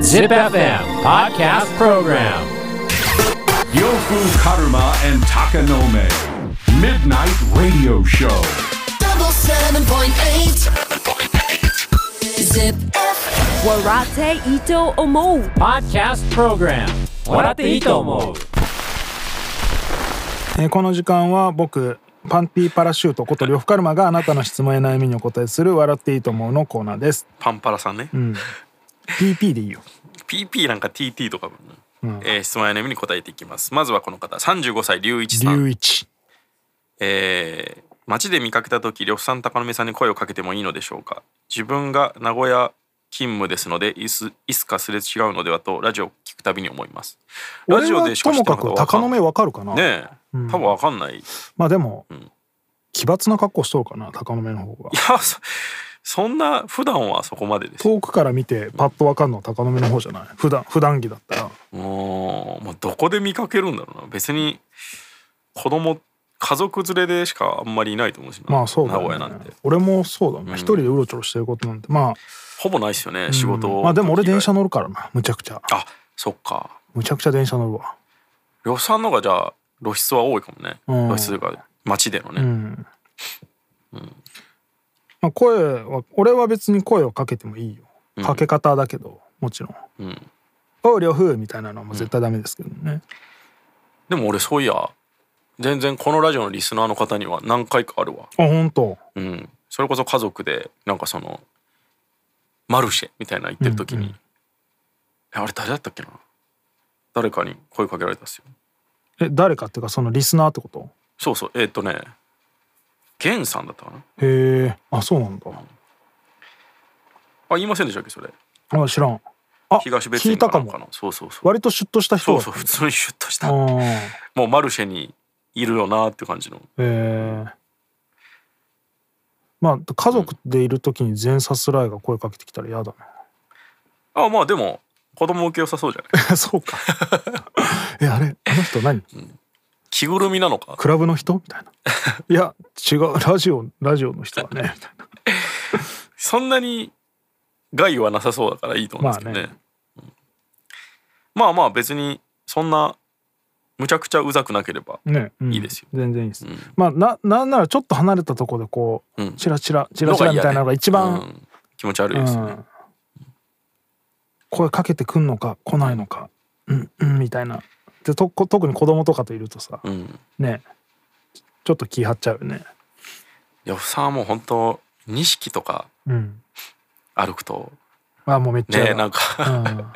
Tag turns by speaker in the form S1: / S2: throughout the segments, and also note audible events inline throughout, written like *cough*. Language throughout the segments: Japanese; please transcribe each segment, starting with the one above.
S1: Zip FM Podcast Program
S2: Yofu Karuma and Takanome. Midnight Radio Show.
S3: double seven point eight. Zip.
S4: Warate Ito Omo
S1: Podcast Program 笑っていいと思う
S5: えーこの時間は僕パンティパラシュートこと呂布カルマがあなたの質問や悩みにお答えする「笑っていいと思う」のコーナーです。
S6: パンパラさんね、
S5: PP でいいよ。
S6: PP なんか TT とかも、えー質問や悩みに答えていきますまずはこの方35歳龍一さん
S5: 龍一。
S6: えー街で見かけた時呂布さん高野目さんに声をかけてもいいのでしょうか自分が名古屋勤務ですのでいすいつかすれ違うのではとラジオを聞くたびに思いますラ
S5: 俺
S6: ジオ
S5: は
S6: でし
S5: と
S6: か知っ
S5: も
S6: て
S5: か
S6: るこ
S5: く
S6: とは
S5: 鷹
S6: わか
S5: の
S6: んな
S5: 目
S6: い
S5: わかるかな。
S6: ねえ、多分わかんないい
S5: まあでも、
S6: ん
S5: 奇抜な格好しとるかな鷹の目の方が。
S6: やそそんな普段はそこまでです
S5: 遠くから見てパッとわかるのは鷹の目の方じゃない。普段普段着だったら。
S6: もう、まあ、どこで見かけるんだろうな別に子供家族連れでしかあんまりいないと思うしな、
S5: まあそうだ、ね、
S6: 名古屋なんて
S5: 俺もそうだね。一人でうろちょろしてることなんてまあ、
S6: ほぼないっすよね、仕事
S5: まあでも俺電車
S6: の
S5: 乗るからな。むちゃくちゃ
S6: あそっか
S5: むちゃくちゃ電車乗るわ。
S6: 呂布さんのがじゃあ露出は多いかもね、
S5: うん
S6: 露出が街でのね、
S5: うんまあ、声は俺は別に声をかけてもいいよかけ方だけど、もちろん
S6: うん
S5: 「おう両夫」みたいなのはもう絶対ダメですけどね、
S6: でも俺そういや全然このラジオのリスナーの方には何回かあるわ、
S5: あ本当
S6: うん、それこそ家族でなんかそのマルシェみたいなの行ってる時に、えあれ誰だったっけな誰かに声かけられたっすよ
S5: え誰かっていうかそのリスナーってこと
S6: そうそうえーっとねゲンさんだったかな
S5: へえあそうなんだ
S6: あ言いませんでしたっけそれ
S5: あ知らんあ
S6: 東別
S5: 聞い
S6: 院
S5: た
S6: か
S5: か
S6: なんか
S5: も
S6: のそうそうそう
S5: 割とシュッとした人
S6: そ
S5: だった
S6: うそう普通にシュッとした
S5: あ
S6: も
S5: ー
S6: うマルシェにいるよなって感じの
S5: へえまあ家族でいる時に全さすらいが声かけてきたら嫌だ
S6: あまあでも子供受け良さそうじゃない
S5: な *laughs* そう
S6: *laughs*
S5: かえあれあの人何
S6: 着ぐるみなのか
S5: クラブの人みたい
S6: *laughs*
S5: な。いや違うラジオラジオの人はねみたいな。
S6: そんなに害はなさそうだからいいと思うんですけどね,、
S5: ま
S6: まあ、まあ別にそんなむちゃくちゃうざくなければ
S5: ね、うん
S6: いいですよ
S5: 全然いいです。
S6: ん
S5: まあななんならちょっと離れたところでこう、
S6: うん
S5: チラチラチラチラみたいなのが一
S6: う
S5: 番、
S6: ん気持ち悪いですよね、
S5: うん声かけてくんのか来ないのか、うんうんみたいな。でとこ特に子供とかといるとさ、
S6: うん
S5: ねちょっと気張っちゃうよね。
S6: 呂布さんはもう本当錦とか
S5: うん。
S6: 歩くと
S5: あもうめっちゃ
S6: ね
S5: 嫌だ。
S6: なんか、
S5: *laughs* うん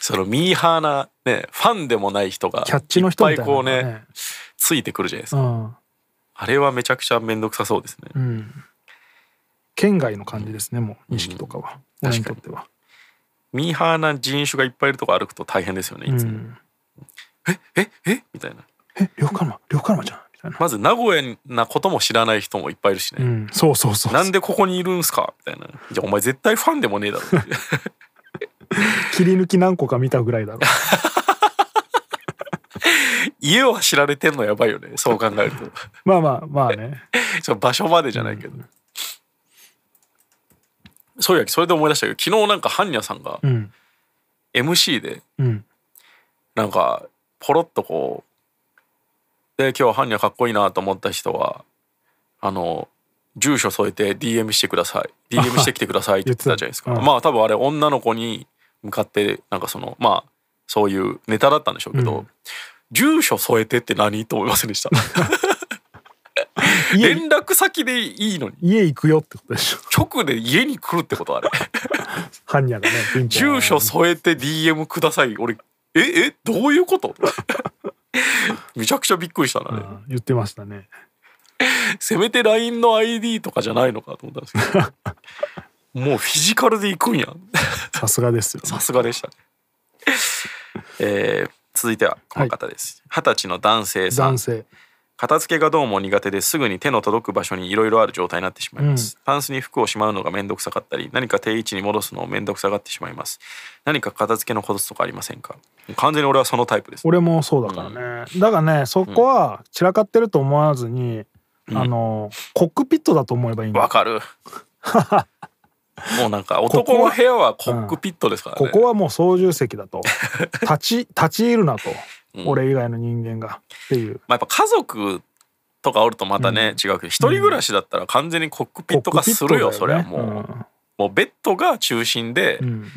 S6: そのミーハーなねファンでもない人が
S5: キャッチの人み
S6: い
S5: た
S6: っぱ
S5: い
S6: い
S5: な
S6: こ
S5: の
S6: う
S5: が
S6: ね
S5: ね
S6: ついてくるじゃないです
S5: う
S6: か、
S5: ん。
S6: あれはめちゃくちゃ面倒くさそうですね、
S5: うん、県外の感じですねもう錦とかは、俺にとっては、
S6: ミーハーな人種がいっぱいいるとこ歩くと大変ですよねいうつも、
S5: ん、
S6: ええみたいな
S5: え呂布カルマ呂布カルマじゃんみたいな、
S6: まず名古屋なことも知らない人もいっぱいいるしね、
S5: うん、そうそうそう
S6: なんでここにいるんすかみたいな「いやお前絶対ファンでもねえだろ」 *laughs*
S5: 切り抜き何個か見たぐらいだ
S6: *laughs*
S5: ろう
S6: 家は知られてんのやばいよねそう考えると *laughs*
S5: まあまあまあね
S6: その場所までじゃないけど、そういやそれで思い出したけど昨日なんかハンニャさんが
S5: うん
S6: MC で
S5: うん
S6: なんかポロッとこうで今日ハンニャかっこいいなと思った人はあの住所添えて DM してください DM してきてくださいって言ってたじゃないですか、
S5: *laughs* 言ってたうん
S6: まあ多分あれ女の子に向かってなんかそのまあそういうネタだったんでしょうけど、
S5: うん
S6: 住所添えてって何と思いませんでした
S5: *laughs* 家
S6: *laughs* 連絡先でいいのに
S5: 家行くよってことでしょ *laughs*
S6: 直で家に来るってことあれ
S5: ハンニャがねピンポン
S6: *laughs* 住所添えて DM ください俺ええどういうこと *laughs* めちゃくちゃびっくりしたなあ
S5: う
S6: れ、
S5: ん言ってましたね
S6: せめて LINE の ID とかじゃないのかと思ったんですけどもうフィジカルで行くんや *laughs*
S5: さすがですよ、
S6: さすがでしたねえー続いてはこの方です二十、歳の男性さん
S5: 男性
S6: 片付けがどうも苦手ですぐに手の届く場所にいろいろある状態になってしまいます、タンスに服をしまうのがめんどくさかったり何か定位置に戻すのをめんどくさがってしまいます何か片付けのコツとかありませんか完全に俺はそのタイプです
S5: 俺もそうだからね、だからねそこは散らかってると思 *laughs* わずに、あのコックピットだと思えばいいんだ
S6: わかるもうなんか男の部屋はコックピットですから
S5: こ
S6: ね
S5: こはもう操縦席
S6: *laughs*
S5: だと立ち立ち入るなと、俺以外の人間がっていう
S6: まあ、やっぱ家族とかおるとまたね、違うけど一人暮らしだったら完全にコックピット化するよ
S5: コ
S6: そ
S5: ックピ
S6: れ
S5: ッ
S6: は
S5: ト
S6: も
S5: だ
S6: う、
S5: よね
S6: もうベッドが中心で、
S5: うんうん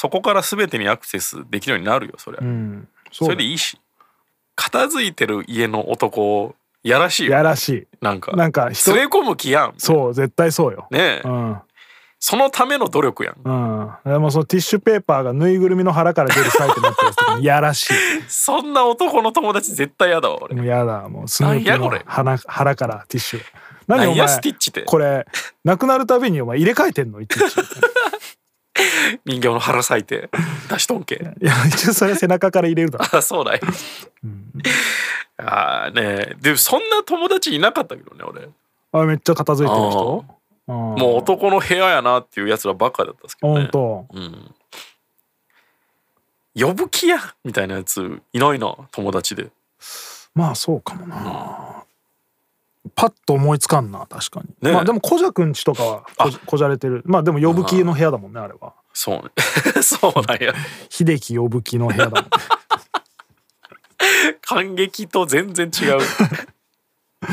S6: そこから全てにアクセスできるようになるよそれは、
S5: うん
S6: そ
S5: そう
S6: れ
S5: だ
S6: で
S5: よ
S6: いいし片付いてる家の男やらしいよ
S5: やらしい
S6: なんか
S5: なんか人
S6: 連れ込む気やん
S5: そう絶対そうよ、
S6: ねえ、
S5: うん
S6: そのための努力やん
S5: うんでもそのティッシュペーパーがぬいぐるみの腹から出るサイトになってるやつと
S6: *laughs*
S5: かいやらしい
S6: そんな男の友達絶対やだわ俺
S5: もうやだもうスヌーピー
S6: なんやこ
S5: の
S6: れ
S5: 腹腹からティッシュ
S6: な
S5: 何お
S6: んや
S5: 前
S6: スティッチって
S5: これなくなるたびにお前入れ替えてんのいち
S6: *laughs*
S5: いち
S6: 人形の腹裂
S5: *laughs*
S6: いて出しとんけ
S5: いや一応それ背中から入れるだろ
S6: あ *laughs* そうだよ、ああねえでそんな友達いなかったけどね俺
S5: あめっちゃ片付いてる人
S6: あ
S5: うん
S6: あもう男の部屋やなっていうやつらばっかだったんですけど
S5: ほ
S6: ね
S5: んと
S6: うん呼ぶ気やみたいなやついないな友達で
S5: まあそうかもな、パッと思いつかんな確かに、
S6: ねえ
S5: まあでも小じゃくんちとかはこじこじゃれてるまあでも呼ぶ気の部屋だもんねあれは
S6: そうね *laughs* そうなんや
S5: 秀樹呼ぶ気の部屋だもんね
S6: 感激と全然違 *laughs* うあ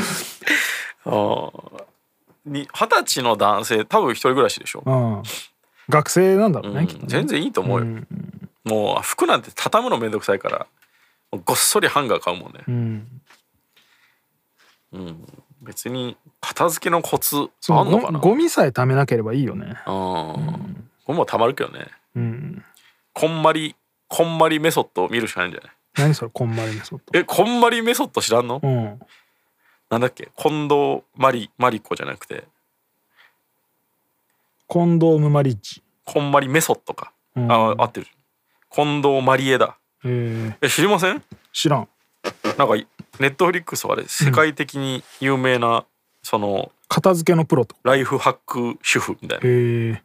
S6: ーに二十歳の男性多分一人暮らしでしょ、 *laughs*
S5: うん学生なんだろうね、
S6: うん
S5: きっとね
S6: 全然いいと思うよ、
S5: ん
S6: もう服なんて畳むのめんどくさいからもうごっそりハンガー買うもんね、
S5: うん
S6: うん、別に片付けのコツ
S5: そ
S6: あ
S5: うん
S6: のか
S5: ゴ
S6: な
S5: ゴミさえ貯めなければいいよね
S6: うんゴミもたまるけどね
S5: うん
S6: こんまりこんまりメソッドを見るしかないんじゃない
S5: 何それこんまりメソッド
S6: えこんまりメソッド知らんの、
S5: うん
S6: なんだっけ近藤マリマリコじゃなくて
S5: コンドームマリッジ
S6: こんまりメソッドか、あ合ってる近藤マリエだ
S5: えー、
S6: え知りません
S5: 知らん
S6: なんかネットフリックスはあれ世界的に有名な、その
S5: 片付けのプロと
S6: ライフハック主婦みたいな
S5: えー、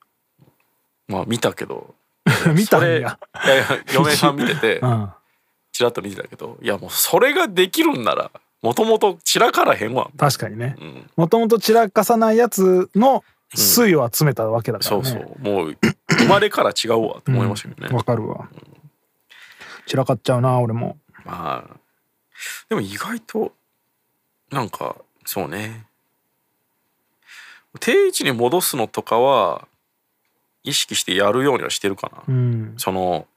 S6: まあ見たけど
S5: *laughs* 見た
S6: それ
S5: ん
S6: いや
S5: や
S6: いや嫁さん見てて
S5: うん
S6: ちらっと見てたけどいやもうそれができるんならもともと散らからへんわ
S5: 確かにね
S6: ん
S5: もともと散らかさないやつの水を集めたわけだから
S6: そ
S5: ね、
S6: うそうもう生まれから違うわと思いましたけどね、
S5: わかるわ散らかっちゃうな俺も
S6: まあでも意外となんかそうね定位置に戻すのとかは意識してやるようにはしてるかな、
S5: うん
S6: その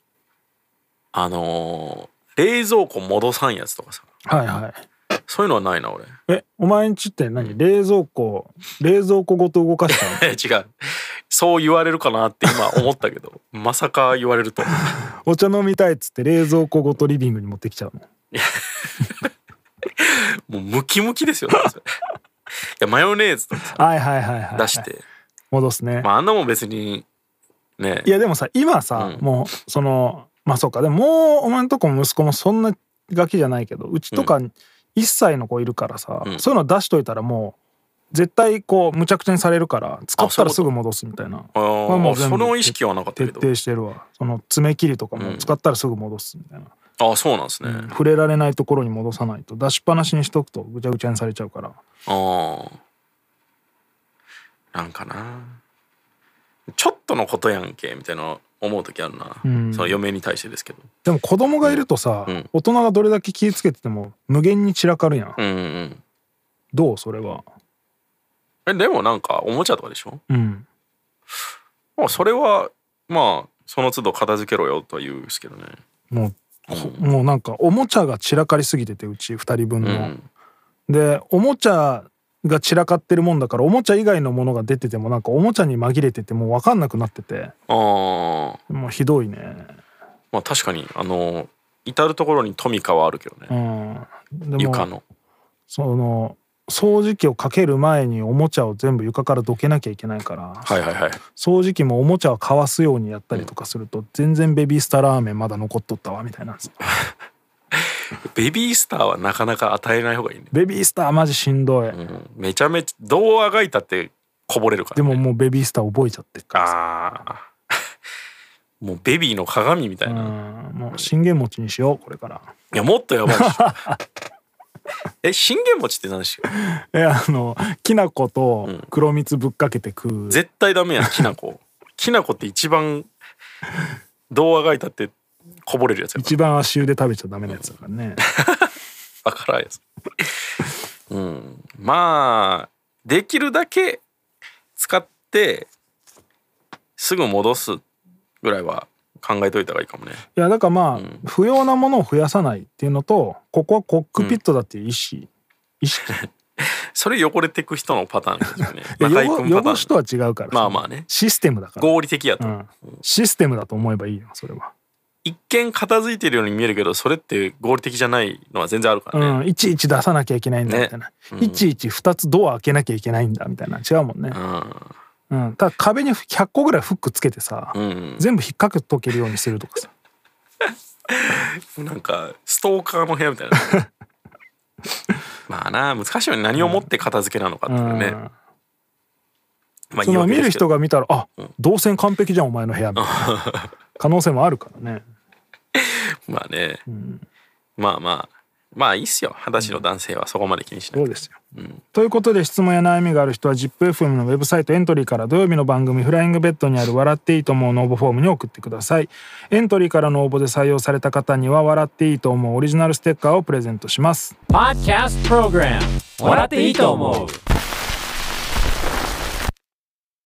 S6: あのー冷蔵庫戻さんやつとかさ
S5: はいはい
S6: そういうのはないな
S5: *laughs*
S6: 俺
S5: えお前んちって何冷蔵庫冷蔵庫ごと動かした
S6: *laughs*
S5: の
S6: え違うそう言われるかなって今思ったけどまさか言われると
S5: お茶飲みたいっつって冷蔵庫ごとリビングに持ってきちゃうの
S6: もうムキムキですよ
S5: *laughs*
S6: ねそれいやマヨネーズとかさ
S5: はいはいはいはい
S6: 出して、
S5: 戻すね、
S6: まあ、あんなもん別にね
S5: いやでもさ今さ、
S6: うん
S5: もうそのまあそうかでももうお前のとこも息子もそんなガキじゃないけどうちとか1歳の子いるからさ、
S6: うん
S5: そういうの出しといたらもう絶対こうむちゃくちゃにされるから使っ
S6: そ
S5: た
S6: うい
S5: ら
S6: うこと
S5: すぐ戻すみたいな
S6: あ
S5: これも
S6: ー
S5: う全部
S6: その意識はなかった
S5: 徹
S6: けど
S5: 底してるわその爪切りとか
S6: う
S5: も
S6: ん
S5: 使ったらすぐ戻すみたいな、
S6: ああそうなんですね、あ
S5: 触れられないところに戻さないと出しっぱなしにしとくとぐちゃぐちゃにされちゃうから
S6: あなんかなちょっとのことやんけみたいな思う時あるな、
S5: ん
S6: その嫁に対してですけど
S5: でも子供がいるとさ、
S6: うん
S5: 大人がどれだけ気ぃつけてても無限に散らかるやん、
S6: うんうんうん
S5: どうそれは
S6: えでもなんかおもちゃとかでしょ、
S5: うん
S6: まあ、それはまあその都度片付けろよとは言うんですけどね
S5: もうこもうなんかおもちゃが散らかりすぎててうち2人分
S6: う
S5: の、
S6: ん
S5: でおもちゃが散らかってるもんだからおもちゃ以外のものが出ててもなんかおもちゃに紛れててもう分かんなくなってて
S6: ああ
S5: もうひどいね
S6: まあ確かにあの至る所にトミカはあるけどね、
S5: うんで
S6: 床
S5: も
S6: の
S5: その掃除機をかける前におもちゃを全部床からどけなきゃいけないから、
S6: はいはいはい
S5: 掃除機もおもちゃをかわすようにやったりとかすると、全然ベビースターラーメンまだ残っとったわみたいな
S6: ベビースターはなかなか与えない方がいいね
S5: ベビースターマジしんどい、
S6: うんめちゃめちゃどうあがいたってこぼれるか
S5: で
S6: ら、ね、
S5: ももうベビースター覚えちゃってるからさ
S6: あー *laughs* もうベビーの鏡みたいな、い
S5: うんもう信玄餅にしようこれ *laughs* から
S6: やもっとやばい
S5: *laughs*
S6: でしょえ信玄餅って何でしょ
S5: えあのきな粉と黒蜜ぶっかけて食う、 *laughs*
S6: 絶対ダメやんきな粉きな粉って一番童話がいたってこぼれるやつやか
S5: 一番足湯で食べちゃダメなやつだから
S6: *laughs*
S5: ね
S6: らわからんやつうんまあできるだけ使ってすぐ戻すぐらいは考えといた方がいいかもね
S5: いやだからまあ、不要なものを増やさないっていうのとここはコックピットだっていう意思、意
S6: *laughs*
S5: 識
S6: それ汚れてく人のパターンですよ
S5: *laughs*
S6: ね
S5: いや
S6: 中居
S5: 汚
S6: 君パタ
S5: 汚しと
S6: ーン
S5: は違うから
S6: まあまあね
S5: システムだから
S6: 合理的やと、
S5: うん、システムだと思えばいいよそれは、
S6: 一見片付いてるように見えるけどそれって合理的じゃないのは全然あるからね、
S5: うんいちいち出さなきゃいけないんだ
S6: ね
S5: みたいな、いちいち2つドア開けなきゃいけないんだみたいな違うもんね、うんただ壁に100個ぐらいフックつけてさ、全部引っ掛けとけるようにするとかさ
S6: なんかストーカーの部屋みたいな
S5: *laughs*
S6: まあな難しいよね何をもって片付けなのかっていうのね、まあ
S5: その見る人
S6: が
S5: が見たら「あ動線完璧じゃんお前の部屋」みたいな可能性もあるからね
S6: まあね、まあまあまあいいっすよ二十歳の男性はそこまで気にしない、
S5: そうですよ。ということで質問や悩みがある人は ZIPFM のウェブサイトエントリーから土曜日の番組「フライングベッド」にある「笑っていいと思う」の応募フォームに送ってくださいエントリーからの応募で採用された方には「笑っていいと思う」オリジナルステッカーをプレゼントします
S1: Podcast Program 笑っていいと思う